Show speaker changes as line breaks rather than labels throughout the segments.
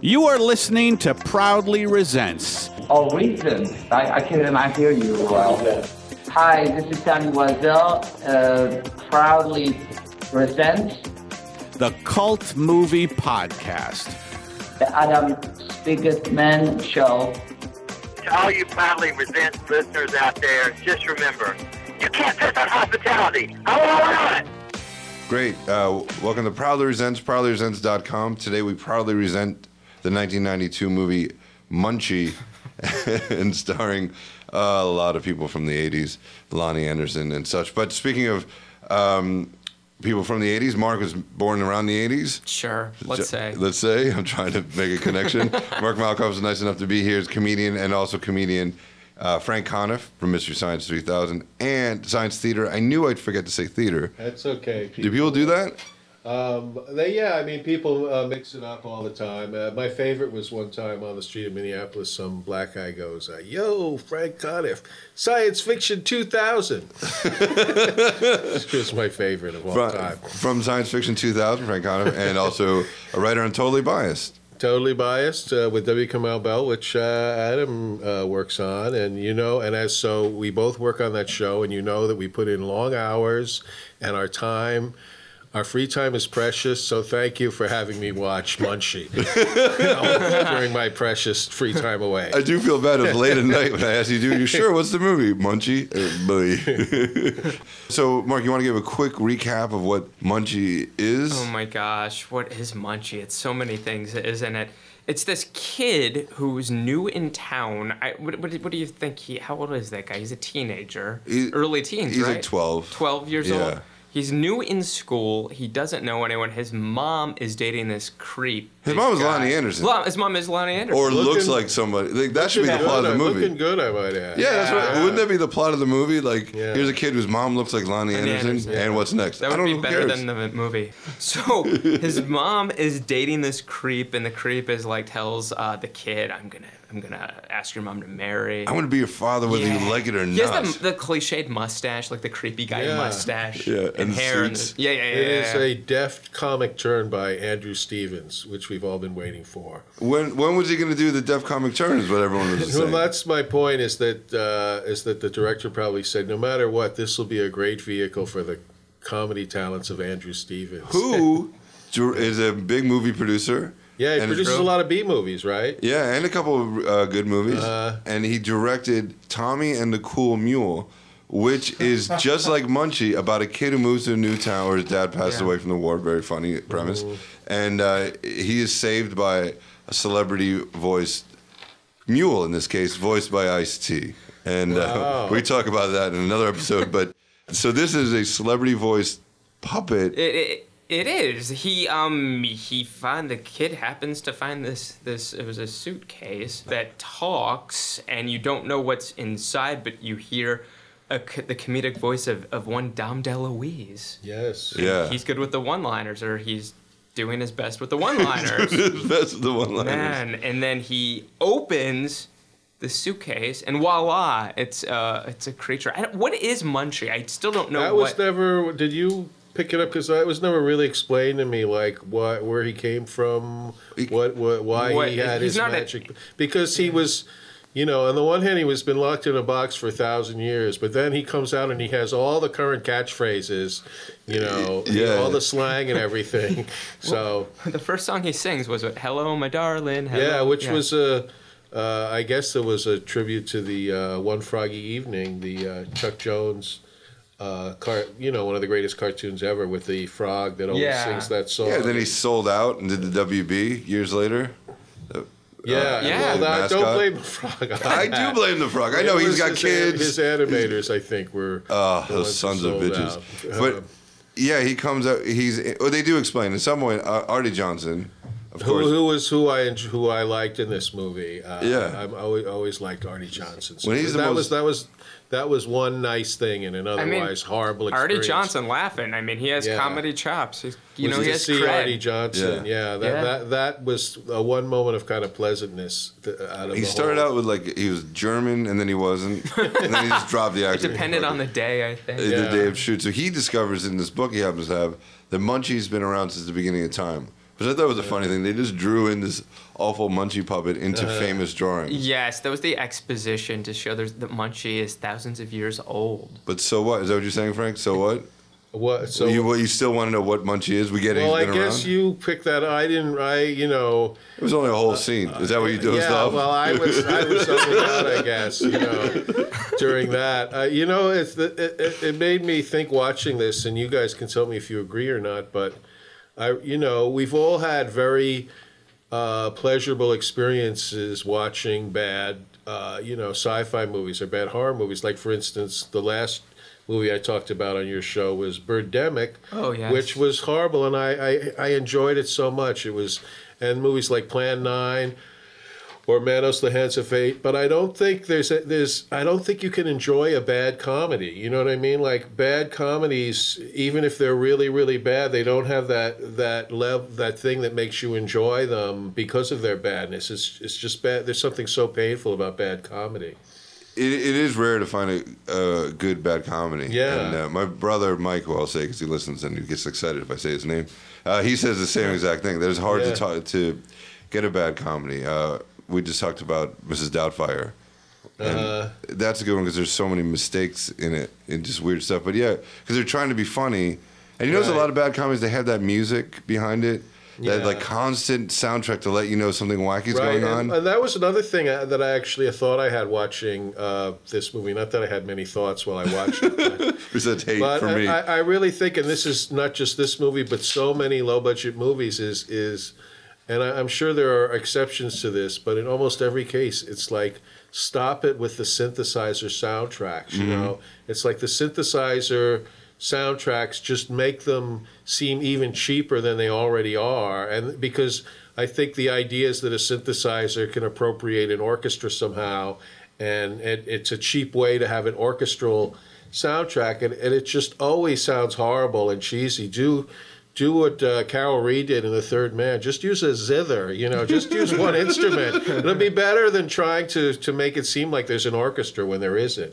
You are listening to Proudly Resents.
Oh, reason. I, I cannot hear you well. Hi, this is Danny Wiesel, uh, proudly presents
the Cult Movie Podcast.
the Adam Spiegelman Show.
To all you proudly resent listeners out there, just remember, you can't piss on hospitality. I won't allow it.
Great. Uh, welcome to Proudly Resents, proudlyresents.com. Today we proudly resent the 1992 movie Munchie and starring uh, a lot of people from the 80s, Lonnie Anderson and such. But speaking of um, people from the 80s, Mark was born around the 80s.
Sure, let's
Ju-
say.
Let's say. I'm trying to make a connection. Mark Malkoff is nice enough to be here as comedian and also comedian uh, Frank Conniff from Mystery Science 3000 and Science Theater. I knew I'd forget to say theater.
That's okay.
Do people do that?
Um, they, yeah, I mean, people uh, mix it up all the time. Uh, my favorite was one time on the street of Minneapolis, some black guy goes, uh, "Yo, Frank Conniff, Science Fiction 2000." it's just my favorite of all
from,
time.
from Science Fiction 2000, Frank Conniff, and also a writer on Totally Biased.
Totally biased uh, with W. Kamau Bell, which uh, Adam uh, works on, and you know, and as so, we both work on that show, and you know that we put in long hours, and our time, our free time is precious. So thank you for having me watch Munchie you know, during my precious free time away.
I do feel bad if late at night when I ask you, "Do you sure? What's the movie? Munchie?" Uh, Billy. so, Mark, you want to give a quick recap of what Munchie is?
Oh my gosh, what is Munchie? It's so many things, isn't it? It's this kid who's new in town. I, what, what, do- what do you think? He, how old is that guy? He's a teenager,
He-
early teens,
he's like
right?
12.
12 years
Yeah.
old. He's new in school. He doesn't know anyone. His mom is dating this creep.
His
this
mom is
guy.
Lonnie Anderson.
Lo- his mom is Lonnie Anderson.
or
Looking-
looks like somebody. Like, that should be the
Looking
plot of the
good, uh,
movie.
Looking good, I might add.
Yeah, that's right. Wouldn't that be the plot of the movie? Like,
Yeah.
here's a kid whose mom looks like Lonnie,
Lonnie
Anderson,
Anderson,
and what's next?
That
I
would
don't
be
know, who
better
cares?
than the movie. So his mom is dating this creep, and the creep is like tells uh, the kid, "I'm gonna, I'm gonna ask your mom to marry."
I want to be your father, whether you like it or
he
not.
has the, the cliched mustache, like the creepy guy
Yeah.
mustache,
Yeah,
and,
and
hair.
suits.
And the, yeah, yeah, yeah.
It is
yeah.
a deft comic turn by Andrew Stevens, which we've all been waiting for.
when when was he going to do the Def Comic Turn? Is what everyone was
Well,
saying.
that's my point. Is that uh, is that the director probably said, no matter what, this will be a great vehicle for the comedy talents of Andrew Stevens.
who dir- is a big movie producer.
Yeah, he
and
produces a lot of B movies, right?
Yeah, and a couple of uh, good movies.
Uh,
and he directed Tommy and the Cool Mule, which is just like Munchie, about a kid who moves to a new town where his dad passed
Yeah.
away from the war. Very funny premise. And uh, he is saved by a celebrity voiced mule in this case, voiced by Ice T. And uh,
Wow.
we talk about that in another episode. But so this is a celebrity voiced puppet.
It, it, it is. He um he find the kid happens to find this this it was a suitcase that talks and you don't know what's inside but you hear a, co- the comedic voice of, of one Dom DeLuise.
Yes.
yeah.
He's good with the one-liners or he's doing his best with the one-liners.
That's the one liners.
Man, and then he opens the suitcase and voila, it's uh it's a creature. I don't, what is Munchie? I still don't know
That
what
was never. Did you pick it up? Because that was never really explained to me, like what, where he came from, what, what why
What-
he had
he's
his
not a-
magic. because he was, you know, on the one hand, he was been locked in a box for a thousand years, but then he comes out and he has all the current catchphrases, you know,
Yeah.
all the slang and everything. so
the first song he sings was what, "Hello, my darling." Hello.
yeah, which was a. Uh, I guess it was a tribute to the uh, One Froggy Evening, the uh, Chuck Jones, uh, car, you know, one of the greatest cartoons ever with the frog that always
Yeah.
sings that song.
Yeah, then he sold out and did the WB years later.
yeah,
Yeah.
well, that- don't
Mascot.
blame the frog. on
I do
that.
blame the frog. I
It
know he's
was
got
his, uh,
kids.
His animators, I think, were
Ah,
the
those
ones
sons
that
of
sold
bitches.
out.
But
Um,
yeah, he comes out. He's. Or they do explain in some way. Uh, Artie Johnson, Of
Who,
course.
who was who I enj- who I liked in this movie? Uh,
Yeah.
I'm always always liked Artie Johnson. So
Well, he's the
that
most-
was that was that was one nice thing in an
I mean,
otherwise horrible
Artie
experience.
Johnson laughing. I mean, he has
Yeah.
comedy chops. He's, you
Was
know, he
to
has
see
cred.
Artie Johnson. Yeah, that,
Yeah.
that that was uh, one moment of kind of pleasantness th- out of
He
the
started
whole-
out with like he was German and then he wasn't, and then he just dropped the
It
accent.
depended on the day, I think.
the
Yeah.
day of shoot. So he discovers in this book he happens to have that Munchie's been around since the beginning of time, which I thought was a funny thing. They just drew in this awful Munchie puppet into
Uh-huh.
famous drawings.
Yes, that was the exposition to show there's, that Munchie is thousands of years old.
But so what? Is that what you're saying, Frank? So what?
what? So
you, what, you still want to know what Munchie is? We get it.
well, I
he's been
guess
around.
you picked that. I didn't. I you know.
it was only a whole scene. Is that what you dozed
yeah,
off?
well, I was I was something out, I guess. You know, during that, uh, you know, it's the, it, it, it made me think watching this, and you guys can tell me if you agree or not. But I, you know, we've all had very uh, pleasurable experiences watching bad, uh, you know, sci-fi movies or bad horror movies. Like for instance, the last movie I talked about on your show was Birdemic,
Oh, yes.
which was horrible, and I, I I enjoyed it so much. It was, and movies like Plan Nine or Manos the Hands of Fate, but I don't think there's a, there's I don't think you can enjoy a bad comedy. You know what I mean? Like bad comedies, even if they're really really bad, they don't have that that level that thing that makes you enjoy them because of their badness. It's it's just bad. There's something so painful about bad comedy.
it, it is rare to find a, a good bad comedy.
Yeah.
And uh, my brother Mike, who I'll say because he listens and he gets excited if I say his name, uh, he says the same exact thing. That it's hard to
Yeah.
talk, to get a bad comedy. Uh, we just talked about Mrs. Doubtfire. And
Uh-huh.
that's a good one because there's so many mistakes in it and just weird stuff. But yeah, because they're trying to be funny, and you notice a
Right.
lot of bad comedies they have that music behind it, that
Yeah.
like constant soundtrack to let you know something wacky's going on.
and, and that was another thing I, that I actually a thought I had watching uh, this movie. Not that I had many thoughts while I watched it. but-
it's a tape
But
for
I,
me.
I, I really think, and this is not just this movie, but so many low budget movies is is, and I, I'm sure there are exceptions to this, but in almost every case, it's like stop it with the synthesizer soundtracks. You know, it's like the synthesizer soundtracks just make them seem even cheaper than they already are, and because. I think the idea is that a synthesizer can appropriate an orchestra somehow, and it, it's a cheap way to have an orchestral soundtrack, and, and it just always sounds horrible and cheesy. Do do what uh, Carol Reed did in The Third Man. Just use a zither, you know. Just use one instrument. It'll be better than trying to to make it seem like there's an orchestra when there isn't.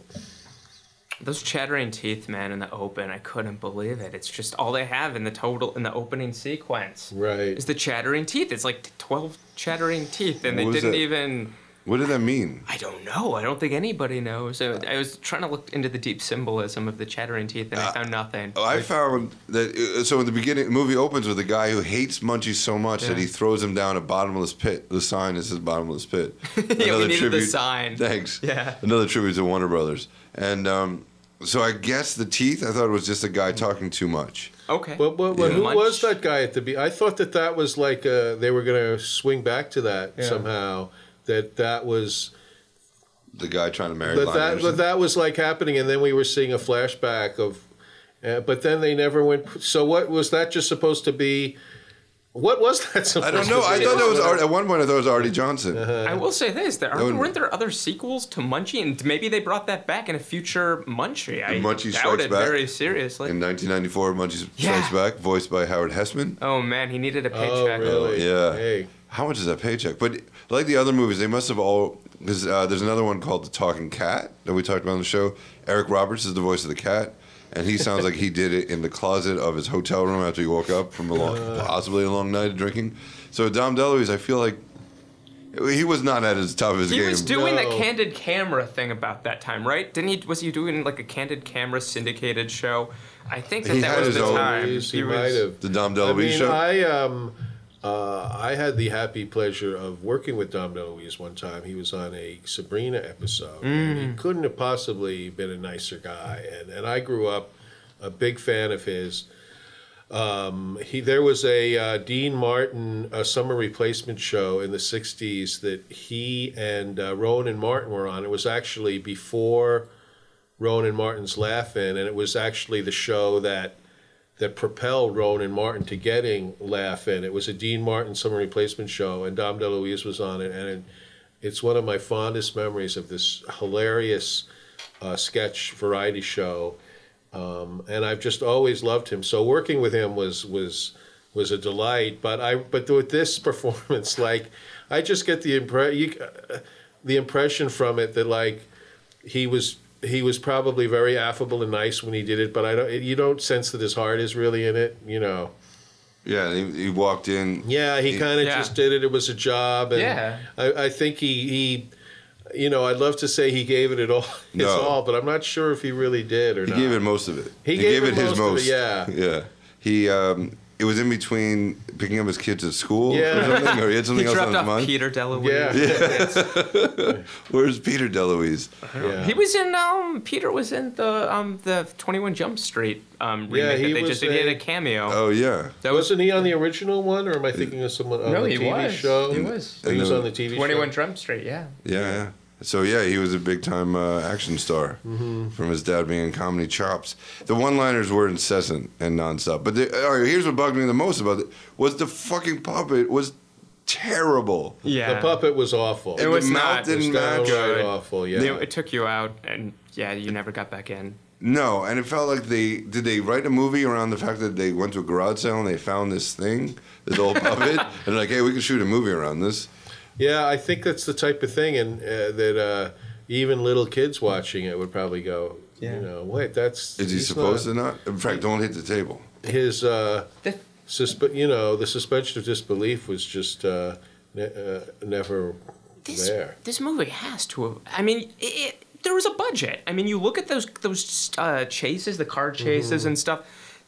Those chattering teeth, man, in the open, I couldn't believe it. It's just all they have in the total in the opening sequence.
Right.
Is the chattering teeth. It's like twelve chattering teeth, and they
What was
didn't
that?
even.
what did that mean?
I don't know. I don't think anybody knows. So I was trying to look into the deep symbolism of the chattering teeth, and I found nothing.
Uh, oh, I found that uh, so in the beginning, the movie opens with a guy who hates munchies so much that
Yeah.
he throws him down a bottomless pit. The sign is his bottomless pit.
Yeah, we needed the sign.
Thanks.
Yeah.
Another tribute to Warner Brothers. And um, so I guess the teeth. I thought it was just a guy talking too much.
okay.
But, but, but
Yeah.
who
Munch.
was that guy at the be? I thought that that was like uh, they were going to swing back to that somehow. That that was
The guy trying to marry.
but
Lionel
that
Anderson.
but that was like happening, and then we were seeing a flashback of. Uh, but then they never went. So what was that just supposed to be? What was that supposed?
I don't know.
To
I
be?
thought that was Ar- at one point. I thought it was Artie Johnson.
Uh-huh.
I will say this: there
would-
aren't, weren't there other sequels to Munchie, and maybe they brought that back in a future Munchie. I
And Munchie Strikes
doubt it
Back?
very seriously.
In 1994, Munchie
Yeah.
Strikes Back, voiced by Howard Hessman.
oh man, he needed a paycheck.
Oh really?
Oh, yeah.
Hey.
How much is that paycheck? But like the other movies, they must have all because uh, there's another one called The Talking Cat that we talked about on the show. Eric Roberts is the voice of the cat, and he sounds like he did it in the closet of his hotel room after he woke up from a long,
Uh.
possibly a long night of drinking. So Dom DeLuise, I feel like he was not at his top of his
He
game.
was doing
No.
the candid camera thing about that time, right? Didn't he? Was he doing like a candid camera syndicated show? I think that
He
that
had
was
his
the
own.
time.
He,
He was-
might have.
the Dom
I
DeLuise
mean,
show.
I um, uh, I had the happy pleasure of working with Dom DeLuise one time. He was on a Sabrina episode. And he couldn't have possibly been a nicer guy, and and I grew up a big fan of his. Um, he there was a uh, Dean Martin uh summer replacement show in the '60s that he and uh, Rowan and Martin were on. It was actually before Rowan and Martin's Laugh-In, and it was actually the show that that propelled Ronan Martin to getting Laugh-In. It was a Dean Martin summer replacement show, and Dom DeLuise was on it, and it, it's one of my fondest memories of this hilarious uh, sketch variety show. Um, and I've just always loved him. So working with him was was was a delight. But I but with this performance, like I just get the impression the impression from it that like he was he was probably very affable and nice when he did it, but I don't you don't sense that his heart is really in it, you know.
Yeah, he, he walked in.
Yeah, he kind of
Yeah.
just did it. It was a job, and
Yeah.
I, I think he he, you know, I'd love to say he gave it it all, his
No.
all, but I'm not sure if he really did or
He
not.
gave it most of it.
He gave it most of it, yeah.
yeah. He um, it was in between picking up his kids at school
Yeah.
or something, or he had
He
something else on
dropped
his
off
mind.
Peter
Yeah.
Delaware.
Where's Peter DeLuise?
yeah.
He was in um Peter was in the um the 21 Jump Street um
Yeah,
remake
he
that they
was
just did. He had
a-
a cameo.
Oh yeah,
that was
Wasn't he on the original one, or am I thinking of someone on
No,
the
he
TV
was.
show?
He was.
He was
And
on the
then-
TV
21
show.
Jump Street, yeah.
yeah, yeah. So yeah, he was a big time uh, action star
Mm-hmm.
from his dad being in comedy chops. The one liners were incessant and nonstop. But the, all right, here's what bugged me the most about it was the fucking puppet was terrible.
Yeah.
The puppet was awful.
It
the
was
mouth
not- it
didn't
was
match.
downright awful. Yeah.
They- it took you out and yeah, you never got back in.
No, and it felt like they did they write a movie around the fact that they went to a garage sale and they found this thing, this old puppet, and they're like, hey, we can shoot a movie around this.
Yeah, I think that's the type of thing, and uh, that uh, even little kids watching it would probably go, you know, wait, that's
Is he
he's
supposed
not-
to not? In fact, don't hit the table.
His uh,
The-
susp- you know, the suspension of disbelief was just uh, ne- uh, never
This
there.
this movie has to have I mean, it, it, there was a budget. I mean, you look at those those uh, chases, the car chases
Mm-hmm.
and stuff.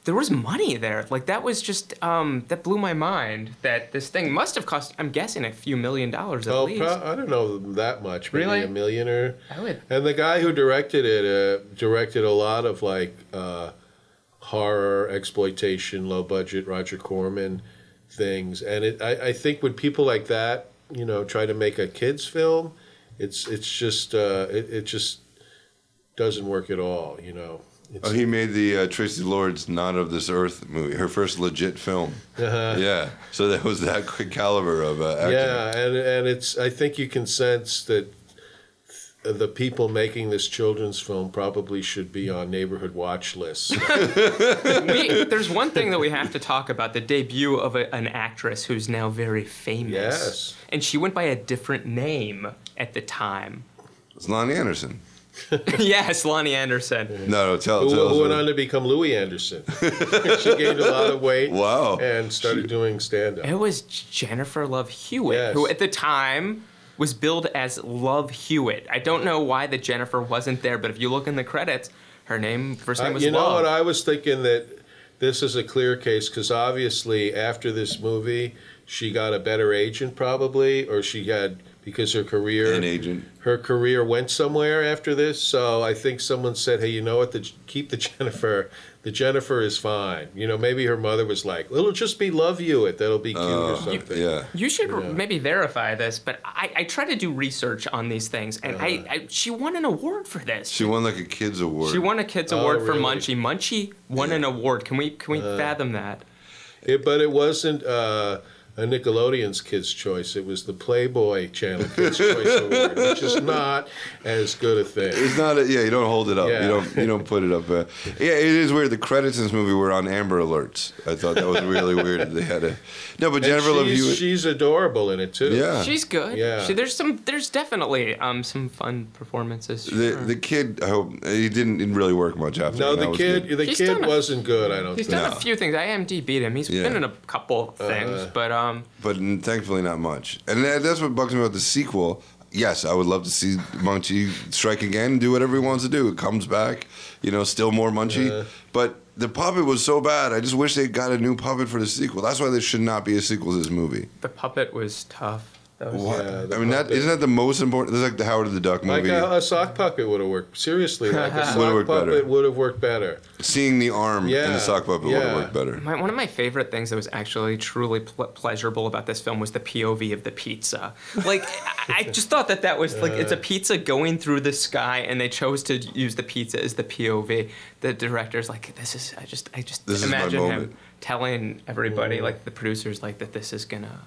There was money there. Like that was just um, that blew my mind that this thing must have cost I'm guessing a few million dollars at
Oh,
least.
pro- I don't know that much. Maybe
Really?
a million or.
I would-
And the guy who directed it uh, directed a lot of like uh, horror exploitation, low budget Roger Corman things, and it, I, I think when people like that, you know, try to make a kids film, it's it's just uh, it, it just doesn't work at all, you know. It's,
Oh, he made the uh, Tracy Lord's Not of This Earth movie, her first legit film. Yeah, so that was that quick caliber of uh, acting.
Uh-huh. Yeah, and and it's I think you can sense that the people making this children's film probably should be on neighborhood watch lists.
we, there's one thing that we have to talk about the debut of a, an actress who's now very famous.
Yes.
And she went by a different name at the time.
It's Lonnie Anderson.
yes, Lonnie
Mm-hmm.
Anderson.
No, no, tell,
who,
tell us
who went
what-
on to become Louis Anderson. she gained a lot of weight.
Wow.
And started doing stand
It
up.
was Jennifer Love Hewitt,
Yes.
who at the time was billed as Love Hewitt. I don't know why the Jennifer wasn't there, but if you look in the credits, her name first name was
Uh, you know
Love.
what? I was thinking that this is a clear case because obviously after this movie, she got a better agent probably, or she had because her career
an agent.
her career went somewhere after this. So I think someone said, "Hey, you know what? The, keep the Jennifer. The Jennifer is fine." You know, maybe her mother was like, "It'll just be Love Hewitt. That'll be cute or something."
Oh, Yeah.
You should maybe verify this, but I, I try to do research on these things, and
Uh-huh.
I, I she won an award for this.
She won like a kids award.
She won a kids award for
Oh, really? Uh,
Munchie. Munchie won an award. Can we can we fathom that?
It, but it wasn't uh, a Nickelodeon's Kids Choice. It was the Playboy Channel Kids Choice Award, which is not as good a thing.
It's not. A, yeah, you don't hold it up.
Yeah.
You don't. You don't put it up. Uh, yeah, it is weird. The credits in this movie were on Amber Alerts. I thought that was really weird. that They had a no, but Jennifer Love
she's,
Hewitt.
she's adorable in it too.
yeah,
She's good.
Yeah.
She, there's some there's definitely um some fun performances.
the
sure.
the kid. I hope he didn't really work much after.
No,
and that
the
was
kid
good.
the
He's
kid
done a-
wasn't good. I don't
He's
think.
done
No.
a few things. IMDb him. He's
Yeah.
been in a couple of things,
Uh.
but um
but thankfully not much. And that, that's what bugs me about the sequel. Yes, I would love to see Munchie strike again, do whatever he wants to do. It comes back, you know, still more Munchie. But the puppet was so bad. I just wish they got a new puppet for the sequel. That's why there should not be a sequel to this movie.
the puppet was tough. That was-
What?
Yeah, the
I mean, that
puppet.
isn't that the most important? That's like the Howard the Duck
Like uh,
movie.
a, a sock puppet would have worked. Seriously, like a
Would've
sock
worked better.
puppet would have worked better.
Seeing the arm in
Yeah,
the sock puppet would
yeah.
have worked better.
My, one of my favorite things that was actually truly ple- pleasurable about this film was the POV of the pizza. Like, I, I just thought that that was like it's a pizza going through the sky, and they chose to use the pizza as the POV. The director's like, "This is I just I just
This is my
imagine him
moment.
telling everybody like the producers like that this is gonna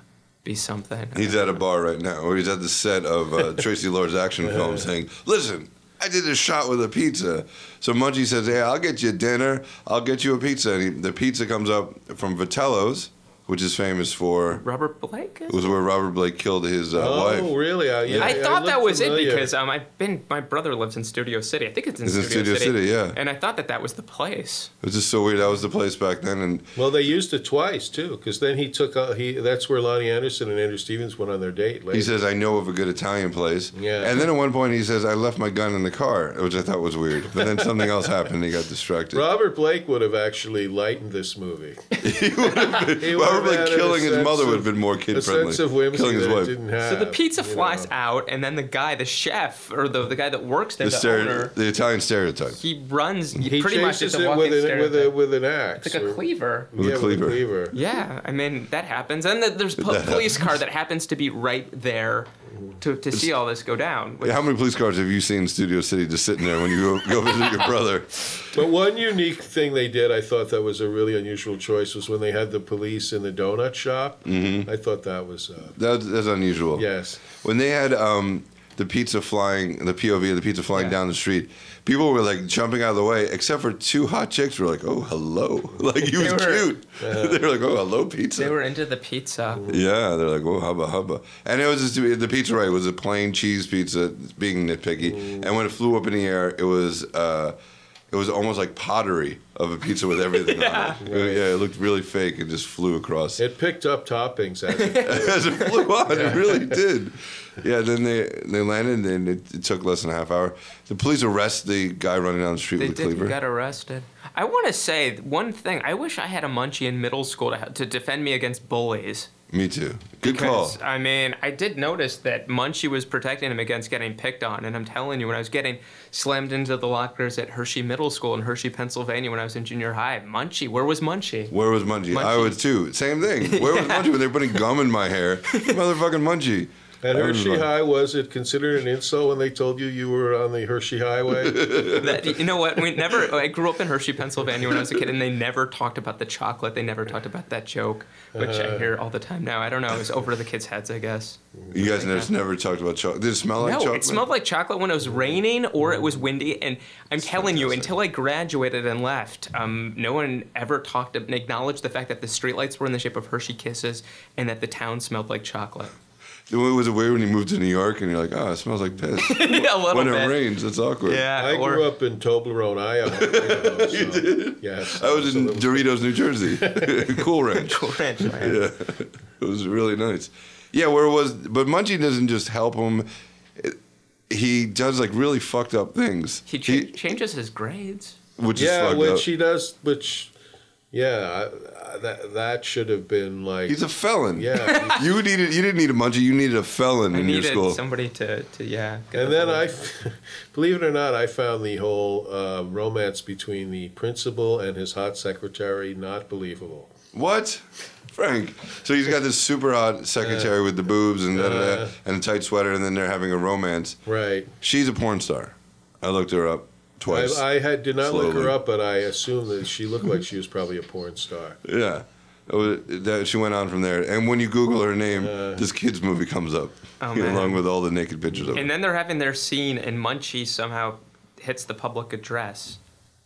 be something."
He's at a bar right now, or he's at the set of uh, Tracy Lord's action film saying, Listen, I did a shot with a pizza. So Munchie says, Hey, I'll get you dinner. I'll get you a pizza. And he, the pizza comes up from Vitello's, which is famous for,
Robert Blake. is-
it was where Robert Blake killed his uh,
Oh,
wife.
really? I, yeah,
I
it
thought that
looked
was
familiar.
it because um, I've been. My brother lives in Studio City. I think it's in,
It's in
Studio,
Studio City, yeah.
And I thought that that was the place.
It was just so weird. That was the place back then. And
Well, they used it twice too, because then he took uh, he. That's where Lonnie Anderson and Andrew Stevens went on their date. Later.
he says, I know of a good Italian place.
Yeah.
And then at one point he says, I left my gun in the car, which I thought was weird. But then something else happened. He got distracted.
Robert Blake would have actually lightened this movie. he would
Robert
have
Blake
added a
killing his
sense
mother would have
of-
been more kid
a
friendly.
sense of whimsy
killing his
that it
wife.
didn't have.
So the pizza
you
flies
know.
out, and then the guy, the chef, or the, the guy that works there,
the,
the,
stereo-
owner,
the Italian stereotype.
he runs.
He
pretty much
chases
is a
it
walking
with an, with, a,
stereotype.
with an axe.
It's like a
or-
cleaver.
Yeah, with a
cleaver.
cleaver.
Yeah, I mean that happens, and then there's a
That
police car that happens to be right there to, to see all this go down. which-
How many police cars have you seen in Studio City just sitting there when you go, go visit your brother?
But one unique thing they did, I thought that was a really unusual choice, was when they had the police in the donut shop. Mm-hmm. I thought that was uh,
That, that's unusual.
yes.
When they had um, the pizza flying, the POV of the pizza flying
Yeah.
down the street, people were like jumping out of the way, except for two hot chicks were like, oh, hello. Like, he was
were- uh,
cute. they were like, oh, hello, pizza.
they were into the pizza.
Yeah, they're like, whoa, hubba hubba. And it was just, the pizza, right, was a plain cheese pizza, being nitpicky. And when it flew up in the air, it was uh, it was almost like pottery of a pizza with everything on it. Yeah, it looked really fake and just flew across.
It picked up toppings. As it,
As it flew on, it really did. Yeah, then they, they landed and it, it took less than a half hour. The police arrest the guy running down the street
They
with a
did.
cleaver.
He got arrested. I want to say one thing. I wish I had a munchie in middle school to, ha- to defend me against bullies.
Me too. Good call.
Because, I mean, I did notice that Munchie was protecting him against getting picked on, and I'm telling you, when I was getting slammed into the lockers at Hershey Middle School in Hershey, Pennsylvania, when I was in junior high, Munchie, where was Munchie?
Where was Munchie? I
Munchie.
was too. Same thing. Where was Munchie when they were putting gum in my hair? Motherfucking Munchie.
at
I was
Hershey
like-
High, was it considered an insult when they told you you were on the Hershey Highway?
That, you know what? We never. I grew up in Hershey, Pennsylvania, when I was a kid, and they never talked about the chocolate. They never talked about that joke, which I hear all the time now. I don't know. It's over the kids' heads, I guess.
You guys never, never talked about chocolate. Did it smell like
no,
chocolate?
it smelled like chocolate when it was raining or it was windy. And I'm telling you,
fantastic.
until I graduated and left, um, no one ever talked and acknowledged the fact that the streetlights were in the shape of Hershey Kisses and that the town smelled like chocolate.
It was weird when you moved to New York and you're like, oh, it smells like piss.
a little
when
bit.
it rains, it's awkward.
Yeah.
I
or-
grew up in Toblerone, Iowa. you did? Yes.
I was in
absolutely.
Doritos, New Jersey. cool Ranch.
Cool Ranch, man.
Yeah. It was really nice. Yeah, where it was, but Munchie doesn't just help him. It- he does like really fucked up things.
He, cha- changes his grades.
which is
Yeah,
fucked
which
up.
he does. Which, yeah, I, I, that that should have been like.
He's a felon.
yeah.
You needed. You didn't need a Munchie. You needed a felon
I
in your
needed
school.
somebody to, to yeah. get
And
the
then
ball.
I, believe it or not, I found the whole uh, romance between the principal and his hot secretary not believable.
What? Frank. So he's got this super hot secretary with the boobs and da, da, da,
uh.
and a tight sweater, and then they're having a romance.
Right.
She's a porn star. I looked her up
I,
twice.
I had did not look her
Slowly.
up, but I assumed that she looked like she was probably a porn star.
yeah. It was- that- she went on from there. And when you Google her name, this kid's movie comes up,
Oh, man.
along with all the naked pictures of her.
And then they're having their scene, and Munchie somehow hits the public address,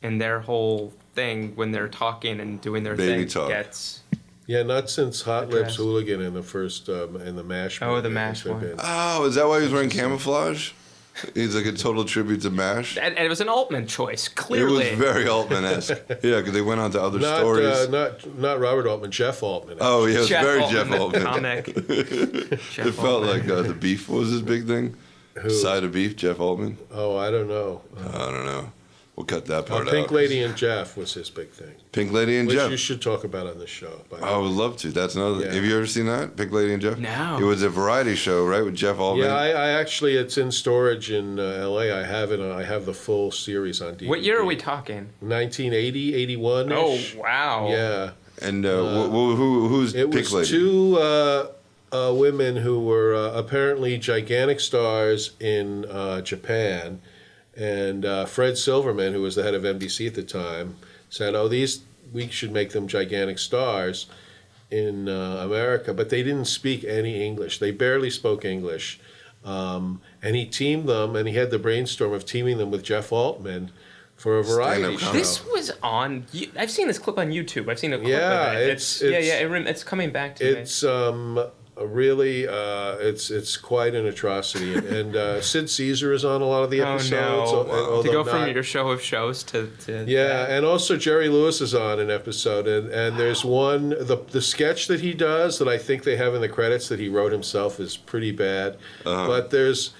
and their whole thing when they're talking and doing their
Baby
thing
talk.
gets
Yeah, not since Hot
Address.
Lips Hooligan in the first um, in the Mash.
Oh, the
movie,
MASH
it had
one.
been.
Oh, is that why he was wearing camouflage? He's like a total tribute to MASH.
And, and it was an Altman choice,
It was
clearly.
very Altman esque. yeah, because they went on to other
Not,
stories.
uh, not not Robert Altman, Jeff Altman.
oh, yeah, it was
Jeff
very
Altman,
Jeff
the
Altman.
Comic. Jeff
It felt
Altman.
like uh, the beef was his big thing.
Who?
Side of beef, Jeff Altman.
Oh, I don't know.
I don't know. We'll cut that
Uh,
part
Pink
out.
Lady and Jeff was his big thing,
Pink Lady and
which
Jeff. Oh,
you should talk about on the show. By the
I
way.
would love to. That's another.
Yeah.
Have you ever seen that Pink Lady and Jeff?
No.
It was a variety show, right, with Jeff Altman.
yeah, I, I actually it's in storage in uh, L.A. I have it. uh, I have the full series on DVD.
What year are we talking?
1980, 81.
Oh wow.
yeah.
and uh, wh- wh- who who's
It
Pink
was
Lady?
two uh, uh, women who were uh, apparently gigantic stars in uh, Japan, and uh, Fred Silverman, who was the head of NBC at the time, said, "Oh, these we should make them gigantic stars in uh, America." But they didn't speak any English; they barely spoke English. Um, and he teamed them, and he had the brainstorm of teaming them with Jeff Altman for a variety
Stand-up
show.
comedy.
This was on. you- I've seen this clip on YouTube. I've seen a clip
Yeah,
of it.
it's-
yeah,
it's-
yeah. It, rem- it's coming back to me.
It's um, really uh, it's it's quite an atrocity, and, and uh, Sid Caesar is on a lot of the
Oh
episodes.
uh,
no!
al- although
to go from
not-
your show of shows to, to
yeah,
that.
and also Jerry Lewis is on an episode, and, and there's one the the sketch that he does that I think they have in the credits that he wrote himself is pretty bad, but there's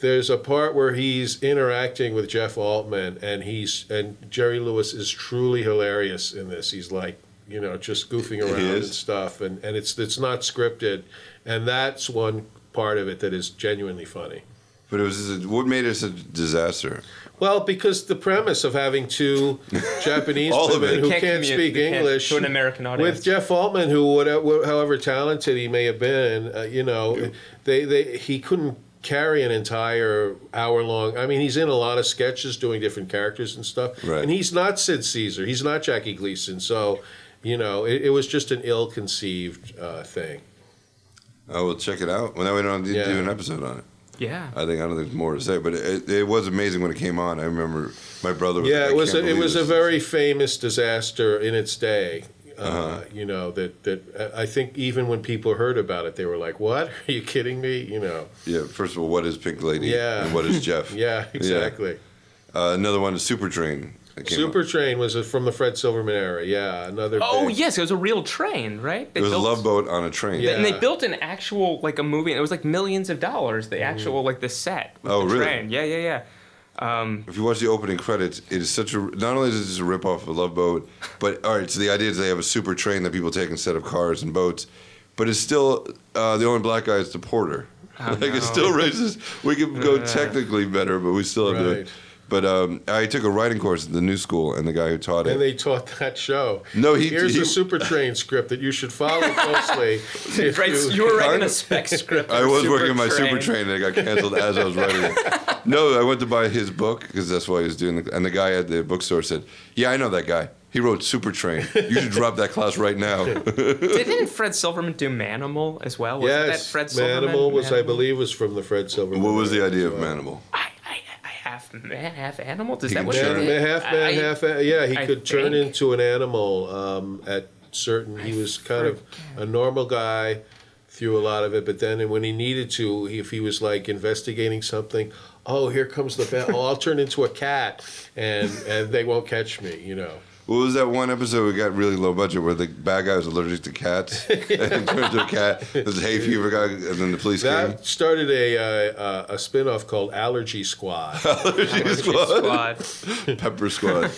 there's a part where he's interacting with Jeff Altman, and he's and Jerry Lewis is truly hilarious in this. He's like you know just goofing around and
is.
stuff, and and it's it's not scripted, and that's one part of it that is genuinely funny.
But it was what made it such a disaster.
Well, because the premise of having two Japanese
All of
women
it.
who
Can't
can't,
commu-
speak
they can't-
English
to an American audience.
with Jeff Altman, who whatever, however talented he may have been, uh, you know, they, they he couldn't carry an entire hour long. I mean, he's in a lot of sketches doing different characters and stuff,
Right.
and he's not Sid Caesar, he's not Jackie Gleason, so. You know, it, it was just an ill-conceived uh, thing.
I will check it out. Well, now we don't need to
Yeah.
do an episode on it.
yeah.
I think I don't think there's more to say, but it, it was amazing when it came on. I remember my brother. Was
Yeah,
like,
it
"I
was
can't
a, it
believe
was a
this."
very famous disaster in its day. Uh,
Uh-huh.
You know that that uh, I think even when people heard about it, they were like, "What? Are you kidding me?" You know.
yeah. First of all, what is Pink Lady?
Yeah.
and what is Jeff?
Yeah, exactly.
Uh, another one is Super Train. that came out.
Super Train was a, from the Fred Silverman era. Yeah, another.
Oh
big-
yes, it was a real train, right? They
It was
built-
a love boat on a train.
Yeah.
And they built an actual like a movie, and it was like millions of dollars. The actual like the set. With
Mm. Oh,
the
really?
Train. Yeah, yeah, yeah.
If you watch the opening credits, it is such a not only is it a rip off of Love Boat, but all right. So the idea is they have a super train that people take instead of cars and boats, but it's still uh, the only black guy is the porter. like it's
no.
still racist. We could go technically better, but we still have
Right.
to. But um, I took a writing course at the new school, and the guy who taught it.
And they taught that show.
No, he-
here's
he-
the Super Train script that you should follow closely. if
Right,
you-
so you were writing a spec script.
I
for
was
Super
working my super train and it got canceled as I was writing it. No, I went to buy his book because that's why he was doing the. And the guy at the bookstore said, "Yeah, I know that guy. He wrote Super Train. You should drop that class right now."
Didn't Fred Silverman do Manimal as well? Wasn't
yes,
that Fred Silverman?
Manimal was, I
Manimal?
believe, was from the Fred Silverman.
what was the
era.
idea of Manimal?
I, I, I half man, half animal. Does
He
that
can
what
turn-
it
Man,
is?
man, half man,
I-
half a- yeah. He
I
could turn
think.
into an animal um, at certain. He was kind of a normal guy through a lot of it, but then when he needed to, if he was like investigating something, oh, here comes the bat. oh, I'll turn into a cat, and and they won't catch me. You know.
What was that one episode we got really low budget where the bad guy was allergic to cats and he turned into a cat? This hay fever guy, and then the police came.
That started a uh, a, a spin-off called Allergy Squad.
Allergy Squad.
Pepper Squad.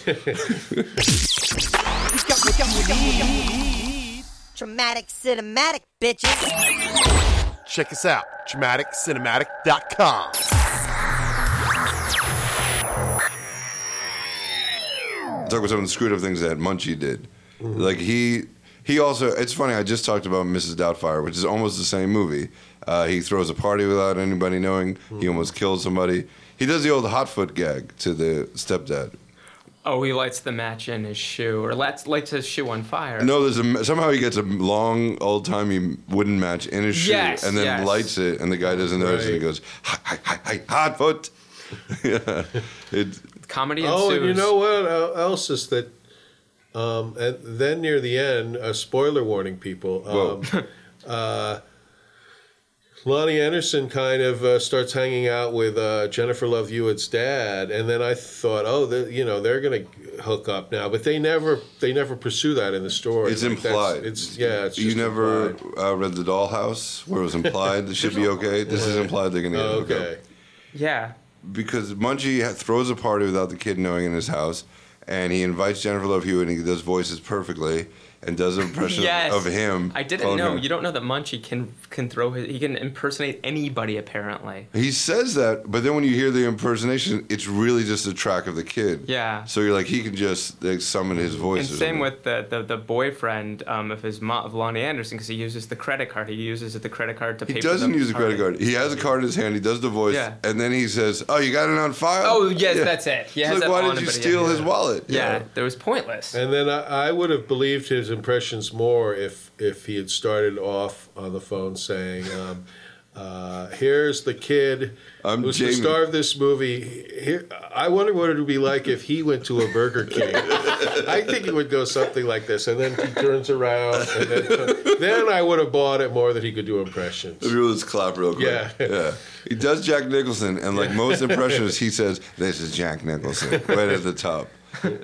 Traumatic cinematic bitches.
Check us out, traumaticcinematic.com.
talk about some of the screwed up things that Munchie did. Like he he also it's funny. I just talked about Mrs. Doubtfire, which is almost the same movie. Uh, he throws a party without anybody knowing. He almost kills somebody. He does the old hot foot gag to the stepdad.
Oh, he lights the match in his shoe, or lights lights his shoe on fire.
No, there's a somehow he gets a long old timey wooden match in his shoe
Yes,
and then
yes.
lights it, and the guy doesn't notice. And he
Right.
goes, hi, hi, hi, hi, hot foot. yeah, it,
comedy
Oh,
ensues.
and you know what el- else is that? Um, and then near the end, a spoiler warning, people.
Whoa.
Um, uh, Lonnie Anderson kind of uh, starts hanging out with uh, Jennifer Love Hewitt's dad, and then I thought, oh, the, you know, they're gonna hook up now, but they never, they never pursue that in the story.
it's
Like, that's-
implied.
It's yeah. It's
you
just
never
implied.
uh, read the Dollhouse where it was implied this should be okay. This is implied they're gonna get
Oh,
hooked up.
okay.
Yeah.
because Munchie ha- throws a party without the kid knowing in his house, and he invites Jennifer Love Hewitt, and he does voices perfectly and does an impression of-
Yes.
of him.
I didn't
on
know.
her.
You don't know that Munchie can can throw his. He can impersonate anybody apparently.
He says that, but then when you hear the impersonation, it's really just a track of the kid.
Yeah.
So you're like, he can just like, summon his voice.
And
or
same
something.
with the, the, the boyfriend um, of his mom, of Lonnie Anderson, because he uses the credit card. He uses the credit card to pay.
He
for
doesn't
the
use a credit
party.
card. He has a card in his hand. He does the voice,
Yeah.
and then he says, "Oh, you got it on file."
Oh yes, that's it. He
It's
has
like,
that
why
on
did
him,
you
but he-
steal
yeah.
his wallet?
Yeah, that was pointless.
And then I, I would have believed his impressions more if if he had started off on the phone saying, um, uh, "Here's the kid
I'm
who's
Jamie."
the star of this movie." Here, I wonder what it would be like if he went to a Burger King. I think it would go something like this, and then he turns around, and then, then I would have bought it more that he could do impressions.
Maybe we'll just clap real quick.
Yeah.
He does Jack Nicholson, and like most impressionists, he says, "This is Jack Nicholson," right at the top.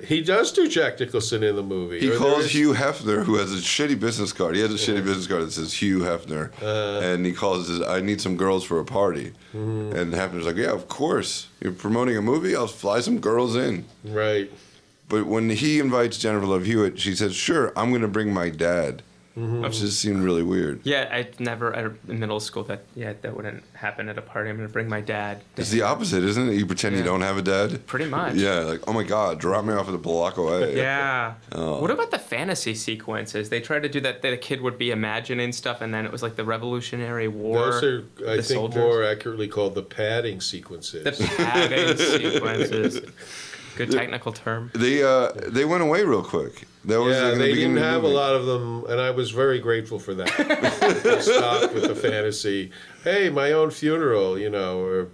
He does do Jack Nicholson in the movie.
He
or there
calls
is-
Hugh Hefner, who has a shitty business card. He has a shitty business card that says Hugh Hefner,
Uh,
and he calls. and Says, "I need some girls for a party,"
Mm-hmm.
and Hefner's like, "Yeah, of course. You're promoting a movie. I'll fly some girls in."
right.
But when he invites Jennifer Love Hewitt, she says, "Sure, I'm going to bring my dad,"
Mm-hmm.
which just seemed really weird.
Yeah, I never at in middle school that yeah that wouldn't happen at a party. I'm gonna bring my dad.
It's the opposite, isn't it? You pretend you
Yeah.
don't have a dad.
Pretty much.
Yeah, like oh my god, drop me off at the block away.
Yeah.
Oh.
What about the fantasy sequences? They tried to do that that a kid would be imagining stuff, and then it was like the Revolutionary War.
Those are, I
the
think,
soldiers.
more accurately called the padding sequences.
the padding sequences. Good technical term.
They uh they went away real quick. That was
Yeah,
like, in the
they
beginning
didn't
of the
have a
movie.
lot of them, and I was very grateful for that. They stopped with the fantasy. Hey, my own funeral, you know, or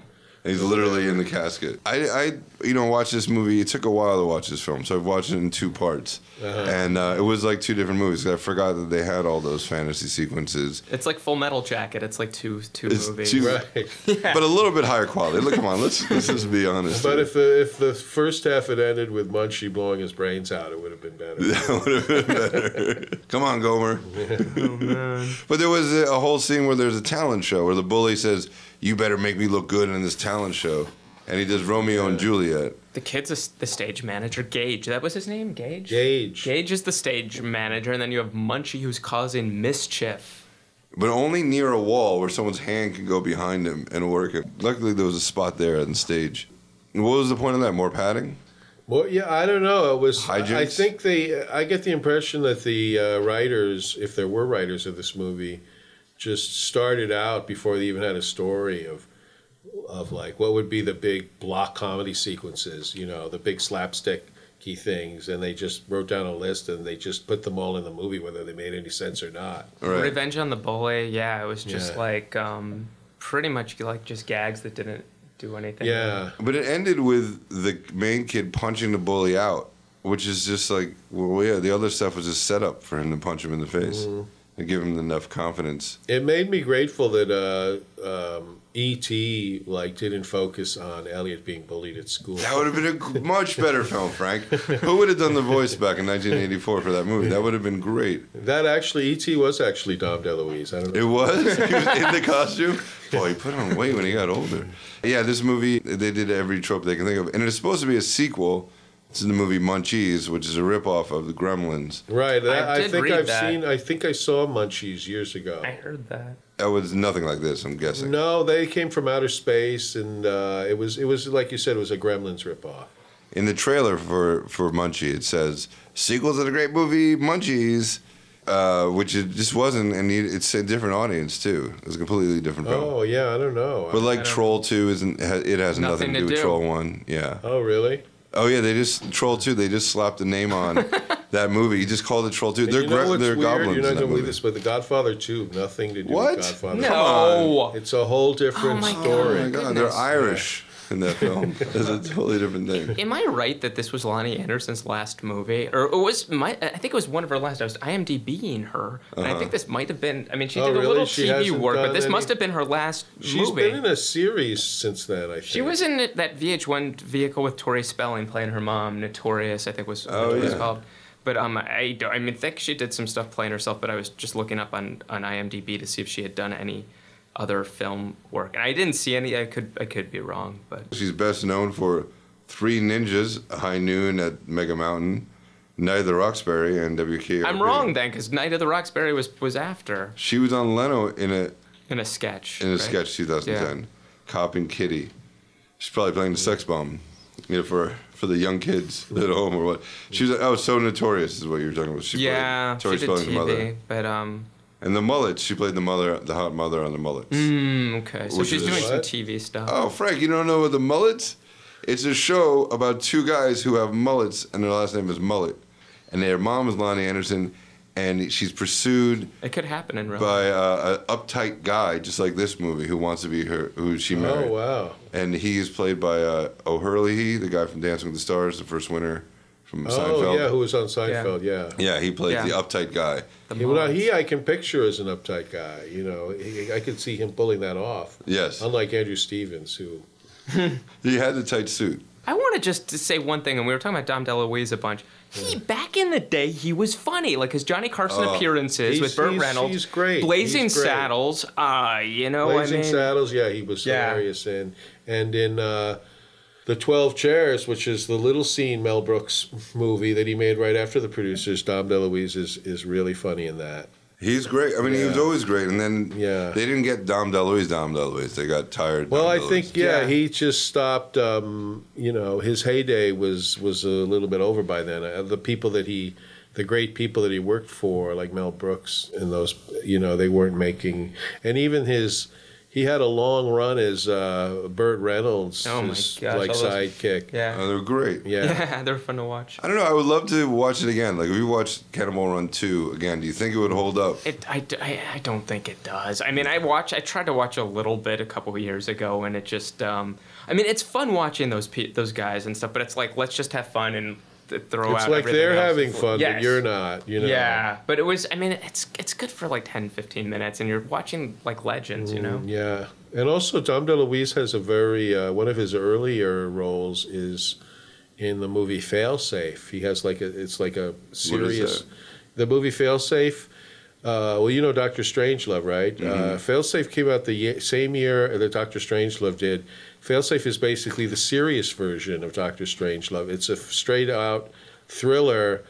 He's literally in the casket. I, I, you know, watched this movie. It took a while to watch this film, so I've watched it in two parts,
Uh-huh.
and uh, it was like two different movies. 'cause I forgot that they had all those fantasy sequences,
It's like Full Metal Jacket. It's like two two
It's
movies.
two-
right.
but a little bit higher quality. Look, come on, let's let's just be honest.
But if the if the first half had ended with Munchie blowing his brains out, it would have been better.
That would have been better. Come on, Gomer. But there was a, a whole scene where there's a talent show where the bully says, "You better make me look good in this talent show," and he does Romeo and Juliet.
The kid's a s the stage manager, Gage. That was his name, Gage.
Gage.
Gage is the stage manager, and then you have Munchie, who's causing mischief.
But only near a wall where someone's hand can go behind him and work it. Luckily, there was a spot there on stage. What was the point of that? More padding?
Well, yeah, I don't know. It was. I- I
Hijinks?
think they. I get the impression that the uh, writers, if there were writers of this movie, just started out before they even had a story of, of like what would be the big block comedy sequences. You know, the big slapstick key things, and they just wrote down a list and they just put them all in the movie, whether they made any sense or not.
All right.
Revenge on the Bully. Yeah, it was just
Yeah.
like um, pretty much like just gags that didn't do anything.
Yeah,
But it ended with the main kid punching the bully out, which is just like, well, yeah, the other stuff was just set up for him to punch him in the face and give him enough confidence.
it made me grateful that. Uh, um, E.T. like didn't focus on Elliot being bullied at school.
That would have been a g- much better film, Frank. Who would have done the voice back in 1984 for that movie? That would have been great.
That actually, E.T. was actually Dom DeLuise. I don't
It
know.
was. He was in the costume. Boy, he put on weight when he got older. Yeah, this movie they did every trope they can think of, and it's supposed to be a sequel to the movie Munchies, which is a ripoff of the Gremlins.
right.
I
I, I
did
think
read
I've
that.
seen. I think I saw Munchies years ago.
I heard that.
That was nothing like this, I'm guessing.
No, they came from outer space, and uh, it was it was like you said, it was a Gremlins ripoff.
In the trailer for for Munchie, it says sequel to the great movie Munchies. Uh, which it just wasn't, and it- it's a different audience too. It's a completely different film.
Oh yeah, I don't know.
But like Troll Two isn't ha- it has nothing, to do with Troll One. Yeah.
oh really?
Oh yeah, they just Troll Two. They just slapped the name on that movie. You just called it Troll Two.
And
They're
you know
gra-
what's
they're
weird?
goblins
You're not
in that
gonna believe
movie.
this, but The Godfather Two, nothing to do
What?
with Godfather.
No.
It's a whole different
Oh my
Oh
story.
my god, they're Irish in that film. That's a totally different thing.
Am I right that this was Lonnie Anderson's last movie, or it was my? I think it was one of her last. I was IMDb'ing her, and I think this might have been. I mean, she
Uh-huh. Oh,
did a
really?
little
She
TV
hasn't
work, but
done
this
any-
must have been her last
She's
movie.
been in a series since then. I think
she was in that VH1 vehicle with Tori Spelling playing her mom, Notorious. I think was what
Oh,
it was
yeah.
called. But um, I don't- I mean, I think she did some stuff playing herself. But I was just looking up on on IMDb to see if she had done any other film work. And I didn't see any. I could I could be wrong, but
She's best known for Three Ninjas, High Noon at Mega Mountain, Night of the Roxbury, and WKRP.
I'm wrong then, because Night of the Roxbury was was after
She was on Leno in a
in a sketch.
in a
right?
sketch 2010, Cop and Kitty. She's probably playing the sex bomb, you know, for for the young kids at home or what. She was oh so notorious is what you were talking about. She
Yeah,
played
she
Tori
did
Spelling's
TV,
mother
but um,
and the mullet. She played the mother, the hot mother on the mullets.
Mm. hmm, okay, so
Which
she's
is-
doing some
What?
TV stuff.
Oh, Frank, you don't know about the mullets? It's a show about two guys who have mullets, and their last name is Mullet, and their mom is Lonnie Anderson, and she's pursued
It could happen in real. life.
by uh, an uptight guy, just like this movie, who wants to be her, who she married.
Oh wow.
And he is played by uh, O'Hurley, the guy from Dancing with the Stars, the first winner from
Oh
Seinfeld.
yeah, who was on Seinfeld? Yeah.
yeah, he played
Yeah.
the uptight guy.
He, well, he I can picture as an uptight guy. You know, he, I could see him pulling that off.
Yes,
Unlike Andrew Stevens, who
he had the tight suit.
I want to just to say one thing, and we were talking about Dom DeLuise a bunch. He back in the day, he was funny, like his Johnny Carson appearances
Oh, he's-
with Burt
he's-
Reynolds,
he's great.
Blazing
He's great.
Saddles. Uh, you know,
Blazing
I mean,
Saddles, yeah, he was
Yeah.
hilarious in, and in uh, the Twelve Chairs, which is the little scene Mel Brooks movie that he made right after the producers. Dom DeLuise is is really funny in that.
He's great. I mean, he was
Yeah.
always great. And then
Yeah.
they didn't get Dom DeLuise, Dom DeLuise. They got tired.
Well,
Dom
I
DeLuise.
think yeah,
Yeah.
he just stopped. Um, you know, his heyday was was a little bit over by then. Uh, the people that he, the great people that he worked for, like Mel Brooks and those, you know, they weren't making. And even his, he had a long run as uh, Burt Reynolds,
Oh my
his,
gosh,
like
all those-
sidekick.
yeah,
Oh, they were great.
Yeah.
yeah, they're fun to watch.
I don't know. I would love to watch it again. Like if you watched Cannonball Run two again, do you think it would hold up?
It, I, d- I- I don't think it does. I mean, I watch. I tried to watch a little bit a couple of years ago, and it just. Um, I mean, it's fun watching those pe- those guys and stuff, but it's like let's just have fun and th- throw out.
It's like
everything
they're
else.
having fun,
Yes.
but you're not. You know.
Yeah, but it was. I mean, it's it's good for like 10, 15 minutes, and you're watching like legends, you know.
Yeah, and also Dom DeLuise has a very uh, one of his earlier roles is in the movie Failsafe. He has like a it's like a serious
that?
the movie Failsafe. Uh, well, you know Doctor Strangelove, right? Uh, Failsafe came out the ye- same year that Doctor Strangelove did. Failsafe is basically the serious version of Doctor Strangelove. It's a straight out thriller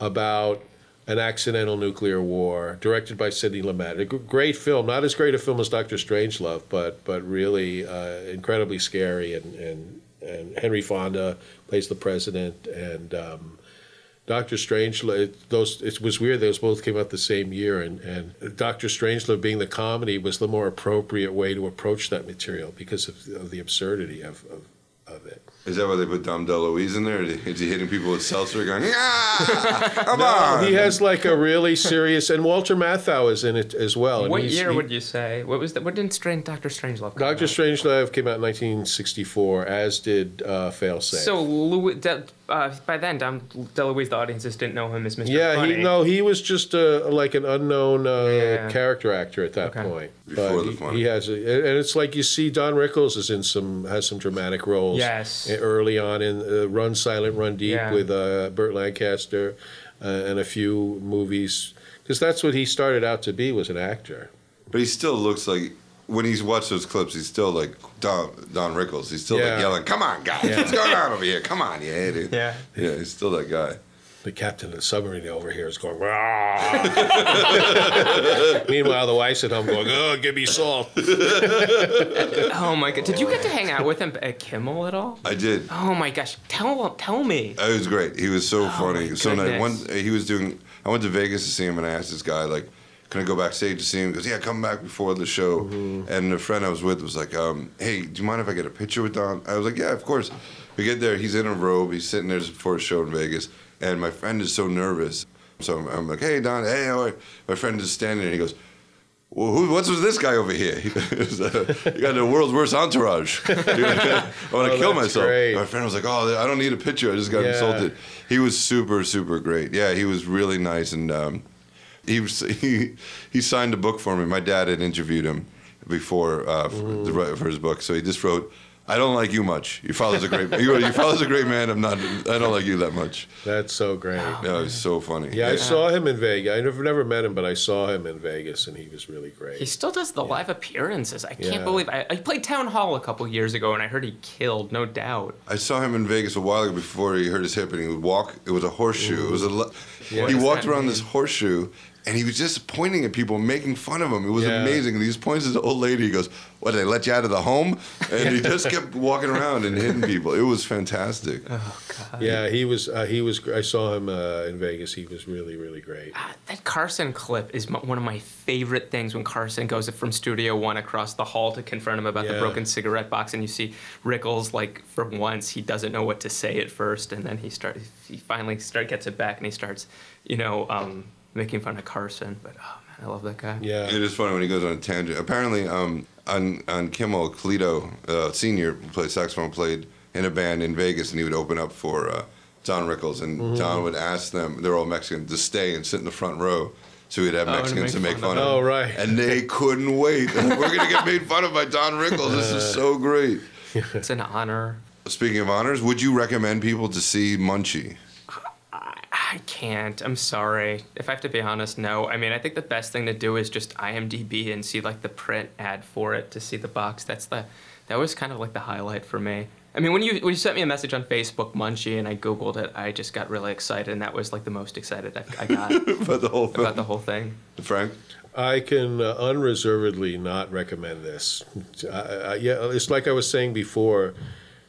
about an accidental nuclear war, directed by Sidney Lumet. A g- great film, not as great a film as Doctor Strangelove, but but really uh, incredibly scary. And, and and Henry Fonda plays the president, and um, Doctor Strangelove. It, those it was weird. Those both came out the same year, and and Doctor Strangelove being the comedy was the more appropriate way to approach that material because of, of the absurdity of. of of it.
Is that why they put Dom DeLuise in there? Is he hitting people with seltzer, going, "Yeah, come on"?
He has like a really serious, and Walter Matthau is in it as well. and
What
he's-
year
he-
would you say? What was that? What didn't Strange Doctor Strangelove? come
Doctor
out?
Strangelove came out in 1964, as did uh, Failsafe.
So Louis, De, uh, by then, Dom DeLuise, the audiences didn't know him as Mr.
yeah,
Funny.
he no, he was just uh like an unknown uh,
Yeah.
character actor at that
Okay.
point.
Before
But
the
he-
funny.
he has, a, and it's like you see Don Rickles is in some has some dramatic roles. e,
Yes.
early on in uh, Run Silent, Run Deep
Yeah.
with uh, Burt Lancaster, uh, and a few movies because that's what he started out to be was an actor.
But he still looks like when he's watched those clips, he's still like Don Don Rickles. He's still
Yeah.
like yelling, "Come on, guys, what's going on over here? Come on, yeah, dude."
Yeah.
yeah, he's still that guy.
the captain of the submarine over here is going, "Rah." Meanwhile, the wife's at home going, oh, give me salt.
Oh my god! Did you get to hang out with him at Kimmel at all?
I did.
Oh my gosh! Tell tell me.
It was great. He was
Oh
so funny.
my
So nice. One,
goodness.
he was doing. I went to Vegas to see him, and I asked this guy like, "Can I go backstage to see him?" He goes, "Yeah, come back before the show."
Mm-hmm.
And a friend I was with was like, um, "Hey, do you mind if I get a picture with Don?" I was like, "Yeah, of course." We get there. He's in a robe. He's sitting there just before a show in Vegas, and my friend is so nervous. So I'm, I'm like, "Hey, Don. Hey, how are you?" My friend is standing there. And he goes. Well, who, what's with this guy over here? you got the world's worst entourage. I want to
Oh,
kill
that's
myself.
great.
My friend was like, "Oh, I don't need a picture. I just got
Yeah.
insulted." He was super, super great. Yeah, he was really nice, and um, he was, he he signed a book for me. My dad had interviewed him before uh, for, the, for his book, so he just wrote I don't like you much. Your father's a great. you, your father's a great man. I'm not. I don't like you that much.
That's so great.
No, he's so funny.
Yeah, I saw him in Vegas. I never, never met him, but I saw him in Vegas, and he was really great.
He still does the live appearances. I can't
Yeah.
believe I, I played Town Hall a couple years ago, and I heard he killed. No doubt.
I saw him in Vegas a while ago before he hurt his hip, and he would walk. It was a horseshoe. It was a. le- He
does
walked
that
around
mean?
this horseshoe, and he was just pointing at people, making fun of him. It was
Yeah.
amazing. And he just points at the old lady. He goes, "What? They let you out of the home?" And he just kept walking around and hitting people. It was fantastic.
Uh-huh.
yeah, he was. Uh, he was. gr- I saw him uh, in Vegas. He was really, really great.
Ah, That Carson clip is m- one of my favorite things when Carson goes from Studio One across the hall to confront him about the
Yeah.
broken cigarette box, and you see Rickles like for once he doesn't know what to say at first, and then he start he finally start gets it back, and he starts you know um, making fun of Carson. But oh man, I love that guy.
Yeah,
It is funny when he goes on a tangent. Apparently, um, on on Kimmel, Cleto uh, Senior who played saxophone, played in a band in Vegas, and he would open up for uh, Don Rickles, and
Mm-hmm.
Don would ask them, they're all Mexican, to stay and sit in the front row. So we'd have
Oh, to
Mexicans
make
to make
fun
fun,
of
of.
them. Oh, right.
And they couldn't wait. We're gonna get made fun of by Don Rickles. This
Uh.
is so great.
It's an honor.
Speaking of honors, would you recommend people to see Munchie?
I can't. I'm sorry. If I have to be honest, no. I mean, I think the best thing to do is just IMDb and see like the print ad for it to see the box. That's the that was kind of like the highlight for me. I mean, when you when you sent me a message on Facebook, Munchie, and I googled it, I just got really excited, and that was like the most excited I, I got
About the whole film,
about the whole thing.
Frank.
I can uh, unreservedly not recommend this. I, I, yeah, it's like I was saying before.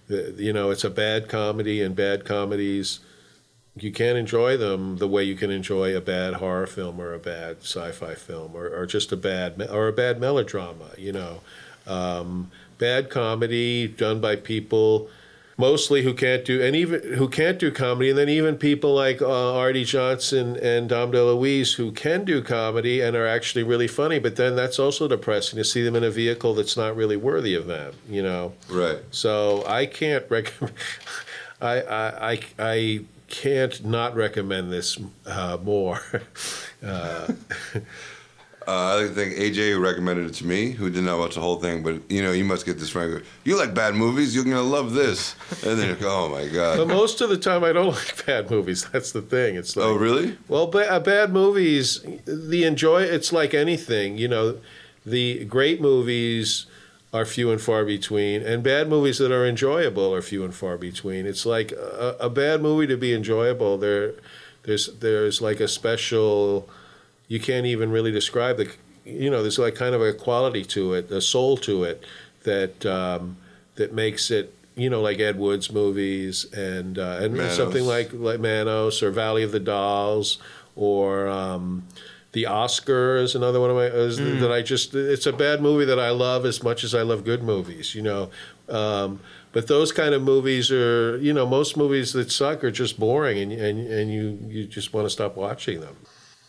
the- You know, it's a bad comedy, and bad comedies, you can't enjoy them the way you can enjoy a bad horror film or a bad sci-fi film or, or just a bad me- or a bad melodrama. You know, um, bad comedy done by people mostly who can't do and even who can't do comedy and then even people like uh, artie johnson and dom deluise who can do comedy and are actually really funny but then that's also depressing to see them in a vehicle that's not really worthy of them you know
Right.
so i can't recommend I, I i i can't not recommend this uh, more uh,
Uh, I think AJ who recommended it to me, who did not watch the whole thing, but you know, you must get this Frank. You like bad movies, you're gonna love this. And then you go, oh my
but
god.
most of the time i don't like bad movies that's the thing it's like
Oh really?
Well, ba- uh, bad movies, the enjoy. It's like anything, you know. The great movies are few and far between, and bad movies that are enjoyable are few and far between. It's like a, a bad movie to be enjoyable. There, there's there's like a special. You can't even really describe the. You know, there's like kind of a quality to it, a soul to it, that um, that makes it. You know, like Ed Wood's movies and uh, and
Manos.
something like like Manos or Valley of the Dolls or um, the Oscar is another one of my is that I just it's a bad movie that I love as much as I love good movies, you know. Um, but those kind of movies are you know most movies that suck are just boring and and, and you you just want to stop watching them.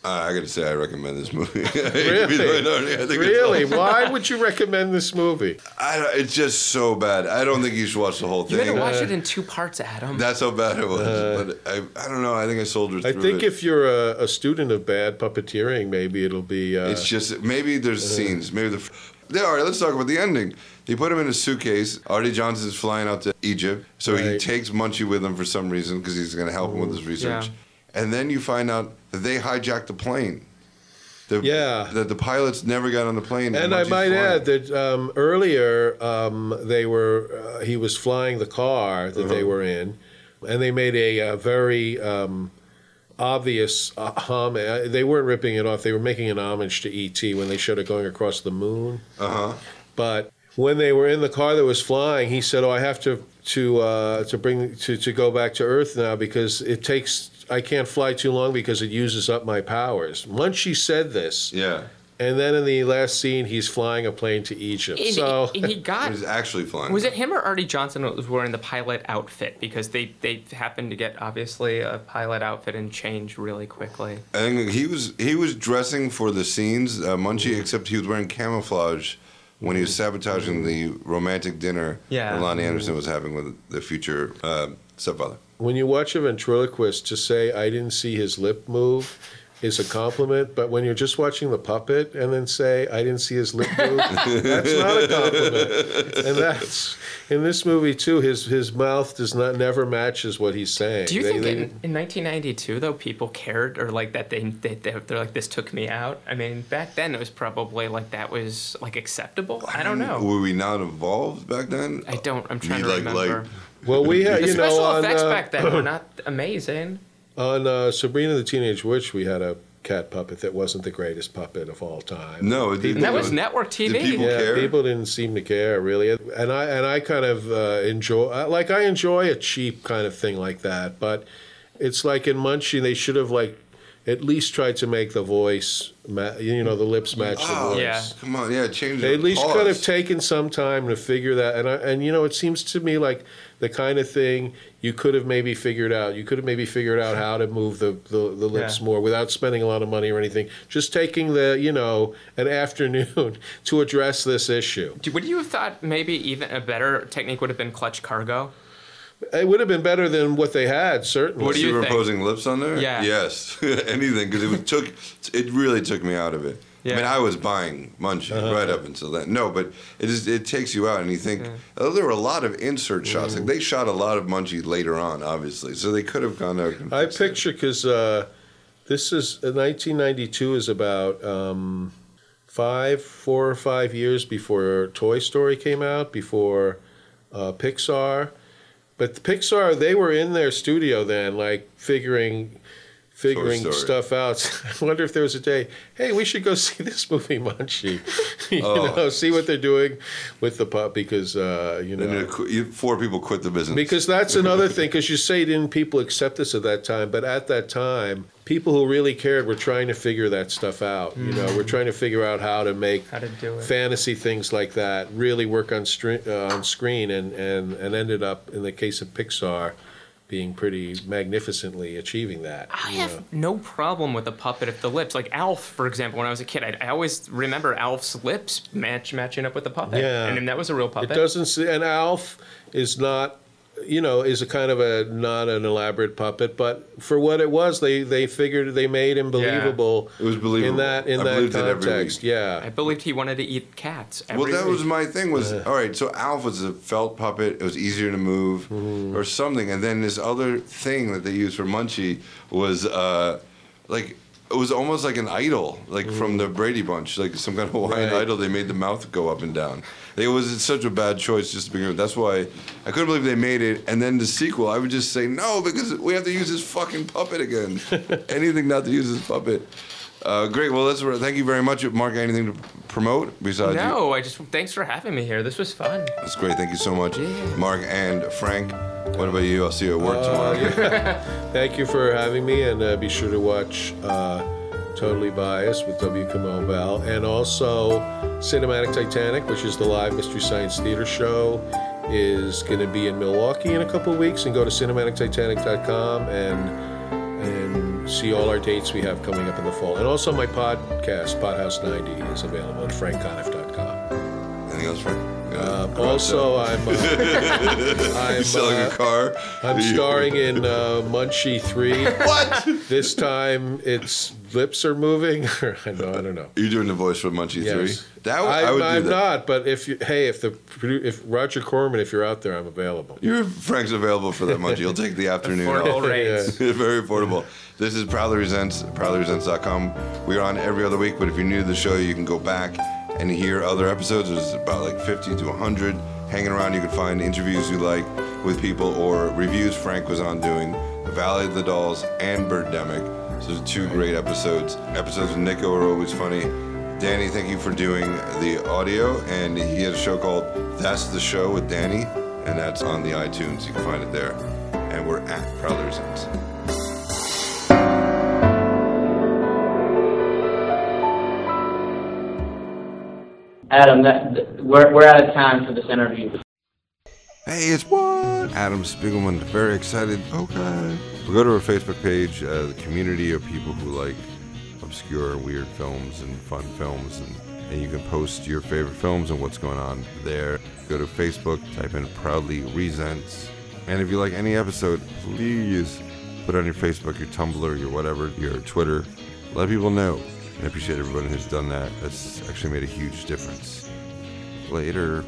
Uh, I gotta say, I recommend this movie. I hate to be the
Really?
minority. I think it's
Really?
awful.
Why would you recommend this movie?
I don't- it's just so bad. I don't think you should watch the whole
You had to
thing.
watch it in two parts, Adam.
That's how bad it was. but I, I don't know. I think I soldiered
Uh, I
through
think
it.
if you're a, a student of bad puppeteering, maybe it'll be. Uh,
It's just maybe there's scenes. Maybe the. Yeah, all right. Let's talk about the ending. They put him in a suitcase. Artie Johnson's flying out to Egypt, so he
Right.
takes Munchie with him for some reason because he's going to help him with his research. And then you find out that they hijacked the plane. The,
Yeah.
That the pilots never got on the plane.
And I
Munchie's
might
flying.
add that um, earlier um, they were uh, he was flying the car that
Uh-huh.
they were in, and they made a, uh very um, obvious uh, hom- uh, They weren't ripping it off; they were making an homage to E.T. when they showed it going across the moon.
Uh-huh.
But when they were in the car that was flying, he said, "Oh, I have to to uh, to bring to, to go back to Earth now because it takes." I can't fly too long because it uses up my powers. Munchie said this.
Yeah.
And then in the last scene, he's flying a plane to Egypt.
And,
so
and he got
He's actually flying.
Was it him or Artie Johnson that was wearing the pilot outfit? Because they, they happened to get obviously a pilot outfit and change really quickly.
I think he was he was dressing for the scenes, uh, Munchie,
Mm-hmm.
except he was wearing camouflage when he was sabotaging the romantic dinner
Yeah.
that Lonnie Anderson was having with the future uh, stepfather.
when you watch a ventriloquist, to say I didn't see his lip move is a compliment, but when you're just watching the puppet and then say, I didn't see his lip move, that's not a compliment. And that's in this movie too, his his mouth does not never matches what he's saying.
Do you
They-
think
they-
in, in 1992 though people cared or like that they, they, they they're like this took me out? I mean back then it was probably like that was like acceptable. I don't know.
Were we not involved back then?
I don't. I'm
We,
trying to
like,
remember.
like-
well we had
the
you know
special
on,
effects
uh,
back then were not amazing.
on uh, Sabrina the Teenage Witch we had a cat puppet that wasn't the greatest puppet of all time.
No, it didn't.
And that was network
Did
TV.
people
Yeah,
care?
people didn't seem to care really, and I and I kind of uh, enjoy I- like I enjoy a cheap kind of thing like that, but it's like in Munchie they should have like at least tried to make the voice, ma- you know, the lips match the
Oh,
voice.
Yeah.
Come on, yeah, change
They
it.
at least
Pause.
could have taken some time to figure that, and I, and you know, it seems to me like the kind of thing you could have maybe figured out. You could have maybe figured out how to move the the, the lips
Yeah.
more without spending a lot of money or anything. Just taking the you know an afternoon to address this issue.
Do- Would you have thought maybe even a better technique would have been clutch cargo?
It would have been better than what they had, certainly.
What do you think?
superimposing lips on there?
Yeah.
Yes. Anything because it was- took it really took me out of it. I mean,
Yeah.
I was buying Munchie
Uh-huh.
right up until then. No, but it just it takes you out, and you think oh, there were a lot of insert shots. Like they shot a lot of Munchie later on, obviously, so they could have gone out. and
I
fixed it.
picture because uh, this is uh, 1992 is about um, five, four or five years before Toy Story came out, before uh, Pixar. But the Pixar, they were in their studio then, like figuring figuring
Story.
stuff out. I wonder if there was a day, hey, we should go see this movie, Munchie. you know, see what they're doing with the pup because uh, you know
And it qu- you- four people quit the business
because that's another thing. Because you say didn't people accept this at that time? But at that time, people who really cared were trying to figure that stuff out. You know, we're trying to figure out how to make
How to do it.
fantasy things like that really work on stre- uh, on screen, and, and and ended up in the case of Pixar, being pretty magnificently achieving that.
I have no problem with a puppet if the lips, like Alf, for example. When I was a kid, I, I always remember Alf's lips match matching up with the puppet,
Yeah.
and then that was a real puppet.
It doesn't. se- And Alf is not, you know, is a kind of a not an elaborate puppet, but for what it was, they they figured they made him believable.
It was believable.
in that in
I
that
believed it every
context.
week.
I
Yeah,
believed he wanted to eat cats.
Well,
Every
that was
week.
my thing. Was all right. So Alf was a felt puppet. It was easier to move or something. And then this other thing that they used for Munchie was uh, like it was almost like an idol, like from the Brady Bunch, like some kind of Hawaiian
Right.
idol. They made the mouth go up and down. It was such a bad choice just to begin with. That's why I couldn't believe they made it. And then the sequel, I would just say no because we have to use this fucking puppet again. Anything not to use this puppet. Uh, great. Well, that's where- thank you very much, Mark. Anything to promote besides you?
No, I just thanks for having me here. This was fun.
That's great. Thank you so much, Mark and Frank. What about you? I'll see you at
Uh,
work tomorrow.
thank you for having me, and uh, be sure to watch. Uh, Totally Biased with W. Kamau Bell, and also Cinematic Titanic, which is the live Mystery Science Theater show, is going to be in Milwaukee in a couple of weeks. And go to cinematictitanic.com and and see all our dates we have coming up in the fall. And also my podcast, Podhouse 90, is available at frankconniff.com.
Anything else, Frank? Yeah.
Uh, also, I'm, uh, I'm,
you selling
uh,
a car?
I'm
You-
starring in uh, Munchie 3. What? This time it's lips are moving. I know, I don't know.
You're doing the voice for Munchie
Yes.
Three. That would, I, would do
I'm
that.
not, but if you, hey, if the produ- if Roger Corman, if you're out there, I'm available.
You're Frank's available for that Munchie. He'll take the afternoon.
For all
off.
rates.
Very affordable. This is Proudly Resents, proudlyresents.com. We are on every other week, but if you're new to the show, you can go back and hear other episodes. There's about like 50 to 100 hanging around. You can find interviews you like with people or reviews Frank was on doing The Valley of the Dolls and Birdemic. So, there's two great episodes. Episodes with Nico are always funny. Danny, thank you for doing the audio, and he has a show called That's the Show with Danny, and that's on the iTunes. You can find it there. And we're at Proudly Resents.
Adam, that, th- we're, we're out of time for this interview.
Hey, it's what? Adam Spiegelman, very excited. Okay. We go to our Facebook page, uh, the community of people who like obscure and weird films and fun films, and, and you can post your favorite films and what's going on there. Go to Facebook, type in Proudly Resents. And if you like any episode, please put on your Facebook, your Tumblr, your whatever, your Twitter, Let people know. I appreciate everyone who's done that. That's actually made a huge difference. Later.